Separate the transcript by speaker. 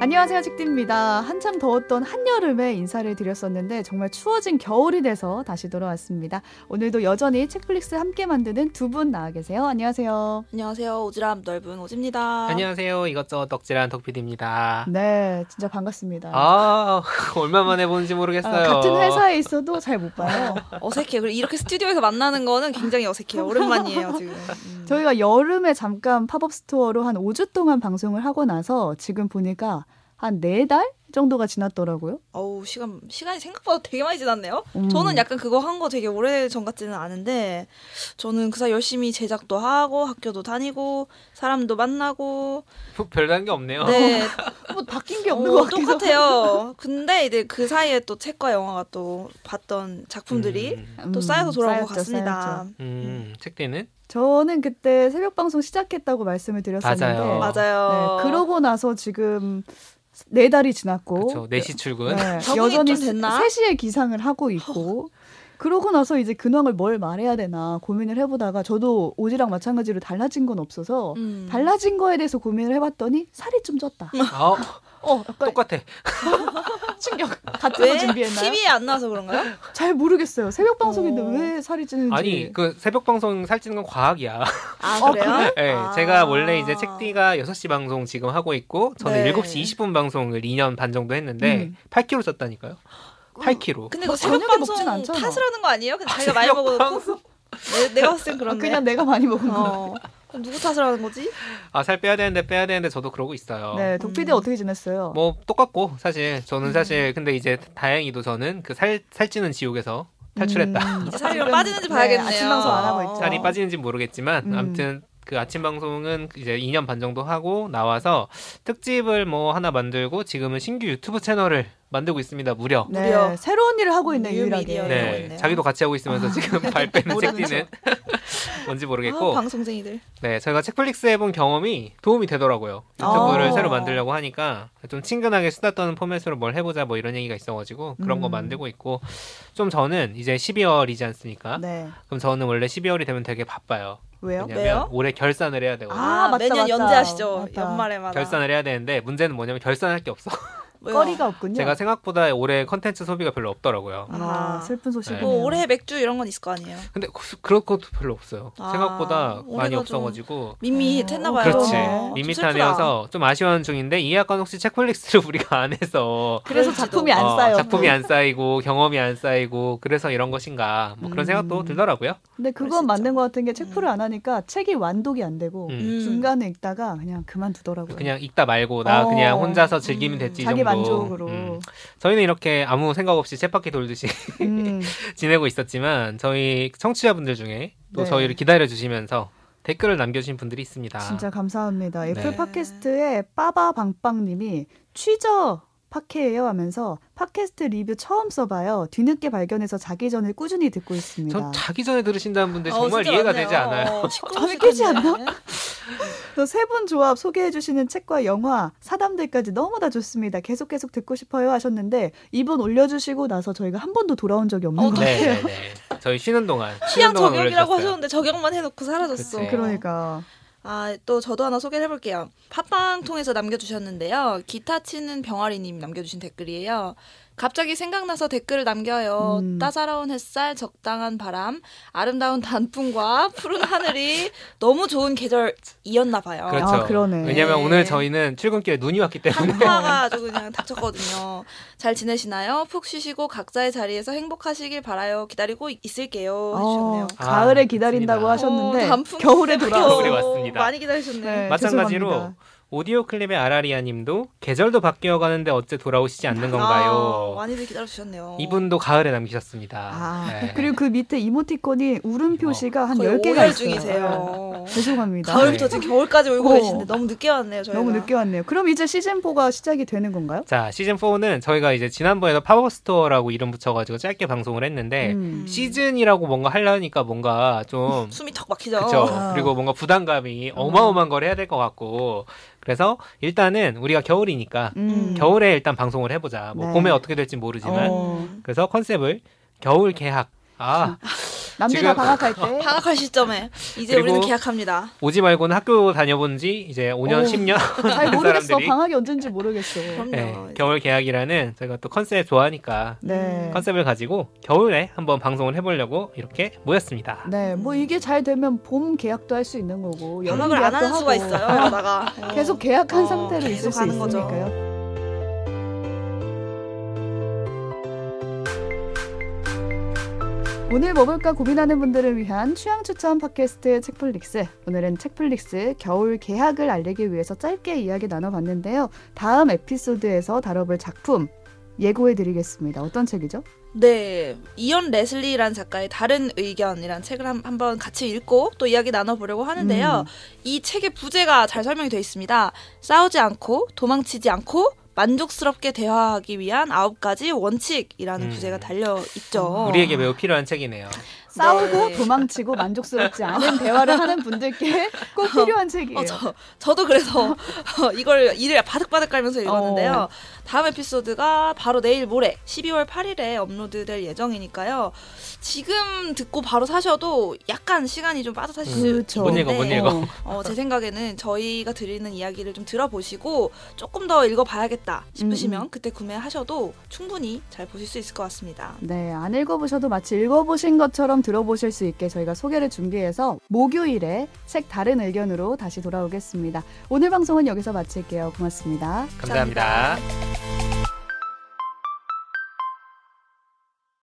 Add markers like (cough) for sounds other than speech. Speaker 1: 안녕하세요, 직디입니다. 한참 더웠던 한여름에 인사를 드렸었는데 정말 추워진 겨울이 돼서 다시 돌아왔습니다. 오늘도 여전히 책플릭스 함께 만드는 두 분 나와 계세요. 안녕하세요.
Speaker 2: 안녕하세요. 오지랖 넓은 오지입니다.
Speaker 3: 안녕하세요. 이것저것 덕질한 덕피디입니다.
Speaker 1: 네, 진짜 반갑습니다.
Speaker 3: 아, (laughs) 얼마만에 보는지 모르겠어요.
Speaker 1: 아, 같은 회사에 있어도 잘 못 봐요.
Speaker 2: 어색해. 그리고 이렇게 스튜디오에서 만나는 거는 굉장히
Speaker 3: (laughs)
Speaker 2: 어색해요. 오랜만이에요, 지금. 음.
Speaker 1: 저희가 여름에 잠깐 팝업 스토어로 한 5주 동안 방송을 하고 나서 지금 보니까 한 4달 정도가 지났더라고요.
Speaker 2: 어우, 시간 시간이 생각보다 되게 많이 지났네요.
Speaker 1: 음.
Speaker 2: 저는 약간 그거 한 거 되게 오래 전 같지는 않은데 저는 그사 열심히 제작도 하고 학교도 다니고 사람도 만나고
Speaker 3: 뭐 별다른 게 없네요. (laughs)
Speaker 2: 네
Speaker 1: 뭐 바뀐 게 없는
Speaker 2: 어,
Speaker 1: 것 같기도
Speaker 2: 똑같아요. 근데 이제 그 사이에 또 책과 영화가 또 봤던 작품들이
Speaker 3: 음,
Speaker 1: 하고.
Speaker 2: 또
Speaker 1: 음,
Speaker 2: 쌓여서 돌아온 것
Speaker 1: 쌓였죠,
Speaker 2: 같습니다.
Speaker 1: 쌓였죠.
Speaker 3: 음, 책대는
Speaker 1: 저는 그때 새벽 방송 시작했다고 말씀을 드렸었는데
Speaker 3: 맞아요.
Speaker 2: 맞아요.
Speaker 1: 네, 그러고 나서 지금 네 달이 지났고
Speaker 3: 그렇죠. 4시 출근. (laughs)
Speaker 1: 네,
Speaker 2: 적응이
Speaker 1: 여전히
Speaker 2: 좀 됐나? 어.
Speaker 1: 3시에 기상을 하고 있고 그러고 나서 이제 근황을 뭘 말해야 되나 고민을 해보다가 저도 오지랑 마찬가지로 달라진 건 없어서
Speaker 2: 음.
Speaker 1: 달라진 거에 대해서 고민을 해봤더니 살이 좀 쪘다.
Speaker 3: 아,
Speaker 1: 어, 약간
Speaker 3: 똑같아.
Speaker 1: 충격. (laughs) 같은
Speaker 2: 왜
Speaker 1: 거 준비했나요?
Speaker 2: TV에 안 나와서 그런가요?
Speaker 1: 잘 모르겠어요. 새벽 방송인데
Speaker 2: 어.
Speaker 1: 왜 살이 찌는지.
Speaker 3: 아니, 그 새벽 방송 살찌는 건 과학이야. (laughs)
Speaker 2: 아 그래요?
Speaker 3: 네,
Speaker 2: 아.
Speaker 3: 제가 원래 이제 책띠가 6시 방송 지금 하고 있고 저는
Speaker 2: 네.
Speaker 3: 7시 20분 방송을 2년 반 정도 했는데
Speaker 1: 음.
Speaker 3: 8kg 쪘다니까요. 8kg.
Speaker 2: 근데 그거
Speaker 1: 저녁에
Speaker 2: 새벽 방송
Speaker 1: 먹진 않잖아.
Speaker 2: 탓을 하는 거 아니에요? 그냥 자기가 많이 먹어놓고 내, 내가 봤을 땐
Speaker 1: 아,
Speaker 2: 그런데
Speaker 1: 그냥 내가 많이 먹은 거.
Speaker 2: 어. 그럼 누구 탓을 하는 거지?
Speaker 3: 아, 살 빼야 되는데 빼야 되는데 저도 그러고 있어요.
Speaker 1: 네, 독피디
Speaker 2: 음.
Speaker 1: 어떻게 지냈어요?
Speaker 3: 뭐 똑같고 사실 저는 사실
Speaker 1: 음.
Speaker 3: 근데 이제 다행히도 저는 그 살 살찌는 지옥에서 탈출했다.
Speaker 1: 음,
Speaker 2: 이제 살이
Speaker 1: 지금,
Speaker 2: 빠지는지 봐야겠네요.
Speaker 1: 네, 아침 방송 안 하고 있죠.
Speaker 3: (laughs) 살이 빠지는지 모르겠지만
Speaker 1: 음.
Speaker 3: 아무튼 그 아침 방송은 이제 2년 반 정도 하고 나와서 특집을 뭐 하나 만들고 지금은 신규 유튜브 채널을 만들고 있습니다. 무려.
Speaker 1: 네,
Speaker 2: 무려.
Speaker 1: 새로운 일을 하고 있는
Speaker 2: 뉴
Speaker 1: 유일하게.
Speaker 2: 미디어. 네.
Speaker 3: 네. 자기도 같이 하고 있으면서 지금 (laughs) 발 빼는
Speaker 1: 아. 모르는
Speaker 3: 책띠는 (laughs) 뭔지
Speaker 2: 아,
Speaker 3: 모르겠고
Speaker 2: 방송쟁이들.
Speaker 3: 네, 저희가 책플릭스 해본 경험이 도움이 되더라고요.
Speaker 1: 어.
Speaker 3: 유튜브를 새로 만들려고 하니까 좀 친근하게 수다 떠는 포맷으로 뭘 해보자 뭐 이런 얘기가 있어가지고 그런 거
Speaker 1: 음.
Speaker 3: 만들고 있고 좀 저는 이제 12월이지 않습니까?
Speaker 1: 네.
Speaker 3: 그럼 저는 원래 12월이 되면 되게 바빠요.
Speaker 1: 왜요?
Speaker 3: 왜냐면
Speaker 2: 왜요?
Speaker 3: 올해 결산을 해야 되거든요.
Speaker 1: 아, 맞다,
Speaker 2: 매년
Speaker 1: 맞다.
Speaker 2: 연재하시죠.
Speaker 1: 맞다.
Speaker 2: 연말에마다.
Speaker 3: 결산을 해야 되는데 문제는 뭐냐면 결산할 게 없어.
Speaker 2: 왜요?
Speaker 1: 거리가 없군요.
Speaker 3: 제가 생각보다 올해 컨텐츠 소비가 별로 없더라고요.
Speaker 1: 아,
Speaker 2: 아하.
Speaker 1: 슬픈 소식이네요.
Speaker 2: 뭐 올해 맥주 이런 건 있을 거 아니에요.
Speaker 3: 근데 그- 그런 것도 별로 없어요.
Speaker 2: 아,
Speaker 3: 생각보다 많이
Speaker 2: 올해가 좀-
Speaker 3: 없어가지고
Speaker 2: 밋밋했나
Speaker 1: 어,
Speaker 2: 봐요.
Speaker 3: 그렇지
Speaker 1: 어, 좀
Speaker 3: 밋밋하면서 좀 아쉬운 중인데 이 약간 혹시 책플릭스를 (laughs) 우리가 안 해서
Speaker 1: 그래서
Speaker 2: 그럴지도.
Speaker 1: 작품이 안
Speaker 3: 어,
Speaker 1: 쌓여.
Speaker 3: 작품이 안 쌓이고 경험이 안 쌓이고 그래서 이런 것인가 뭐 그런
Speaker 1: 음.
Speaker 3: 생각도 들더라고요.
Speaker 1: 근데
Speaker 2: 그럴
Speaker 1: 그건
Speaker 2: 수
Speaker 1: 맞는
Speaker 2: 있죠.
Speaker 1: 것 같은 게 책풀을 안 하니까 책이 완독이 안 되고
Speaker 3: 음.
Speaker 2: 음.
Speaker 1: 중간에 읽다가 그냥 그만두더라고요.
Speaker 3: 그냥 읽다 말고 나
Speaker 1: 어.
Speaker 3: 그냥 혼자서 즐기면
Speaker 2: 음.
Speaker 3: 됐지 이
Speaker 1: 자기
Speaker 3: 정도.
Speaker 1: 만족으로.
Speaker 3: 음. 저희는 이렇게 아무 생각 없이 쳇바퀴 돌듯이
Speaker 1: (laughs)
Speaker 3: (laughs)
Speaker 1: 음.
Speaker 3: 지내고 있었지만 저희 청취자분들 중에 또
Speaker 1: 네.
Speaker 3: 저희를 기다려 주시면서 댓글을 남겨주신 분들이 있습니다.
Speaker 1: 진짜 감사합니다. 애플
Speaker 3: 아. 네.
Speaker 1: 팟캐스트에 빠바방빵님이 취저 파케예요 하면서 팟캐스트 리뷰 처음 써봐요. 뒤늦게 발견해서 자기 전에 꾸준히 듣고 있습니다. 어,
Speaker 3: 전 자기 전에 들으신다는 분들
Speaker 2: 어,
Speaker 3: 정말 이해가 되지 않아요.
Speaker 1: 아, 믿기지 않나? 세 분 조합 소개해주시는 책과 영화, 사담들까지 너무 다 좋습니다. 계속 계속 듣고 싶어요 하셨는데 이번 올려주시고 나서 저희가 한 번도 돌아온 적이 없는
Speaker 2: 어,
Speaker 1: 거예요.
Speaker 3: 네, 네, 네. 저희 쉬는 동안 쉬는
Speaker 2: 취향
Speaker 3: 동안
Speaker 2: 저격이라고
Speaker 3: 올려주셨어요.
Speaker 2: 하셨는데 저격만 해놓고 사라졌어.
Speaker 3: 그치.
Speaker 1: 그러니까
Speaker 2: 아, 또 저도 하나 소개를 해볼게요. 팟빵 통해서 남겨주셨는데요. 기타 치는 병아리님 남겨주신 댓글이에요. 갑자기 생각나서 댓글을 남겨요.
Speaker 1: 음.
Speaker 2: 따사로운 햇살, 적당한 바람, 아름다운 단풍과 푸른 하늘이 너무 좋은 계절이었나 봐요.
Speaker 3: 그렇죠.
Speaker 1: 아, 그러네.
Speaker 3: 왜냐면
Speaker 2: 네.
Speaker 3: 오늘 저희는 출근길에 눈이 왔기 때문에
Speaker 2: 한파가 아주 그냥 닥쳤거든요. 잘 지내시나요? 푹 쉬시고 각자의 자리에서 행복하시길 바라요. 기다리고 있을게요.
Speaker 1: 어,
Speaker 2: 하셨네요.
Speaker 3: 아,
Speaker 1: 가을에 기다린다고
Speaker 3: 맞습니다.
Speaker 1: 하셨는데
Speaker 2: 어, 단풍
Speaker 1: 겨울에
Speaker 2: 때문에
Speaker 1: 돌아오
Speaker 3: 겨울에 왔습니다.
Speaker 2: 많이 기다리셨네.
Speaker 1: 네,
Speaker 3: 마찬가지로
Speaker 1: 죄송합니다.
Speaker 3: 오디오 클립의 아라리아 님도 계절도 바뀌어 가는데 어째 돌아오시지 않는
Speaker 2: 아,
Speaker 3: 건가요?
Speaker 2: 많이들 기다려주셨네요.
Speaker 3: 이분도 가을에 남기셨습니다.
Speaker 1: 아,
Speaker 3: 네.
Speaker 1: 그리고 그 밑에 이모티콘이 울음 표시가 한
Speaker 2: 거의
Speaker 1: 10개가
Speaker 2: 오열
Speaker 1: 있어요. (laughs)
Speaker 2: 중이세요.
Speaker 1: 죄송합니다.
Speaker 2: 가을부터 지금 겨울까지 울고
Speaker 1: 어.
Speaker 2: 계시는데 너무 늦게 왔네요. 저희가.
Speaker 1: 너무 늦게 왔네요. 그럼 이제 시즌 4가 시작이 되는 건가요?
Speaker 3: 자, 시즌 4는 저희가 이제 지난번에도 팝업 스토어라고 이름 붙여 가지고 짧게 방송을 했는데
Speaker 1: 음.
Speaker 3: 시즌이라고 뭔가 하려니까 뭔가
Speaker 1: (laughs)
Speaker 3: 좀
Speaker 2: 숨이 턱 막히죠.
Speaker 3: 그렇죠.
Speaker 1: 아.
Speaker 3: 그리고 뭔가 부담감이 어마어마한 걸 해야 될 것 같고 그래서 일단은 우리가 겨울이니까
Speaker 1: 음.
Speaker 3: 겨울에 일단 방송을 해보자. 뭐
Speaker 1: 네.
Speaker 3: 봄에 어떻게 될지 모르지만
Speaker 1: 어.
Speaker 3: 그래서 컨셉을 겨울 개학. 아
Speaker 1: 음. 남들과
Speaker 3: 지금-
Speaker 1: 방학할 때
Speaker 3: (laughs)
Speaker 2: 방학할 시점에 이제
Speaker 3: 그리고-
Speaker 2: 우리는 계약합니다.
Speaker 3: 오지 말고는 학교 다녀본 지 이제 5년,
Speaker 1: 오.
Speaker 3: 10년
Speaker 1: 잘
Speaker 3: 그
Speaker 1: 모르겠어.
Speaker 3: 사람들이.
Speaker 1: 방학이 언젠지 모르겠어.
Speaker 2: 그럼요.
Speaker 3: 네, 겨울 계약이라는 저희가 또 컨셉 좋아하니까
Speaker 1: 네.
Speaker 3: 컨셉을 가지고 겨울에 한번 방송을 해보려고 이렇게 모였습니다.
Speaker 1: 네, 뭐 이게 잘 되면 봄 계약도 할 수 있는 거고 여름
Speaker 2: 연락을 음. 안
Speaker 1: 계약도
Speaker 2: 하는
Speaker 1: 네. 하고
Speaker 2: 수가 있어요. 나가
Speaker 1: 계속 계약한
Speaker 3: 어,
Speaker 1: 상태로
Speaker 2: 계속
Speaker 1: 있을 수
Speaker 2: 하는 거죠.
Speaker 1: 있으니까요. 오늘 먹을까 고민하는 분들을 위한 취향 추천 팟캐스트 책플릭스. 오늘은 책플릭스 겨울 개학을 알리기 위해서 짧게 이야기 나눠봤는데요. 다음 에피소드에서 다뤄볼 작품 예고해드리겠습니다. 어떤 책이죠?
Speaker 2: 네, 이언 레슬리란 작가의 다른 의견이란 책을 한, 한번 같이 읽고 또 이야기 나눠보려고
Speaker 3: 음.
Speaker 2: 하는데요. 이 책의 부제가 잘 설명이 되어 있습니다. 싸우지 않고 도망치지 않고 만족스럽게 대화하기 위한 아홉 가지 원칙이라는
Speaker 3: 음.
Speaker 2: 부제가 달려 있죠.
Speaker 3: 우리에게 매우 필요한 책이네요.
Speaker 1: 싸우고
Speaker 2: 네.
Speaker 1: 도망치고 만족스럽지
Speaker 2: (laughs)
Speaker 1: 않은 대화를 하는 분들께 꼭 필요한 책이에요.
Speaker 2: 어, 저, 저도 그래서 (laughs) 이걸 일을 바득바득 깔면서 읽었는데요.
Speaker 1: 어.
Speaker 2: 다음 에피소드가 바로 내일 모레 12월 8일에 업로드될 예정이니까요. 지금 듣고 바로 사셔도 약간 시간이 좀 빠듯하실 수
Speaker 1: 그쵸.
Speaker 3: 못 읽어, 못
Speaker 2: 네.
Speaker 3: 읽어.
Speaker 1: 어.
Speaker 2: 어, 제 생각에는 저희가 드리는 이야기를 좀 들어보시고 조금 더 읽어봐야겠다 싶으시면
Speaker 1: 음,
Speaker 2: 그때 구매하셔도 충분히 잘 보실 수 있을 것 같습니다.
Speaker 1: 네, 안 읽어보셔도 마치 읽어보신 것처럼 들어보실 수 있게 저희가 소개를 준비해서 목요일에 책 다른 의견으로 다시 돌아오겠습니다. 오늘 방송은 여기서 마칠게요. 고맙습니다.
Speaker 3: 감사합니다.
Speaker 2: 감사합니다.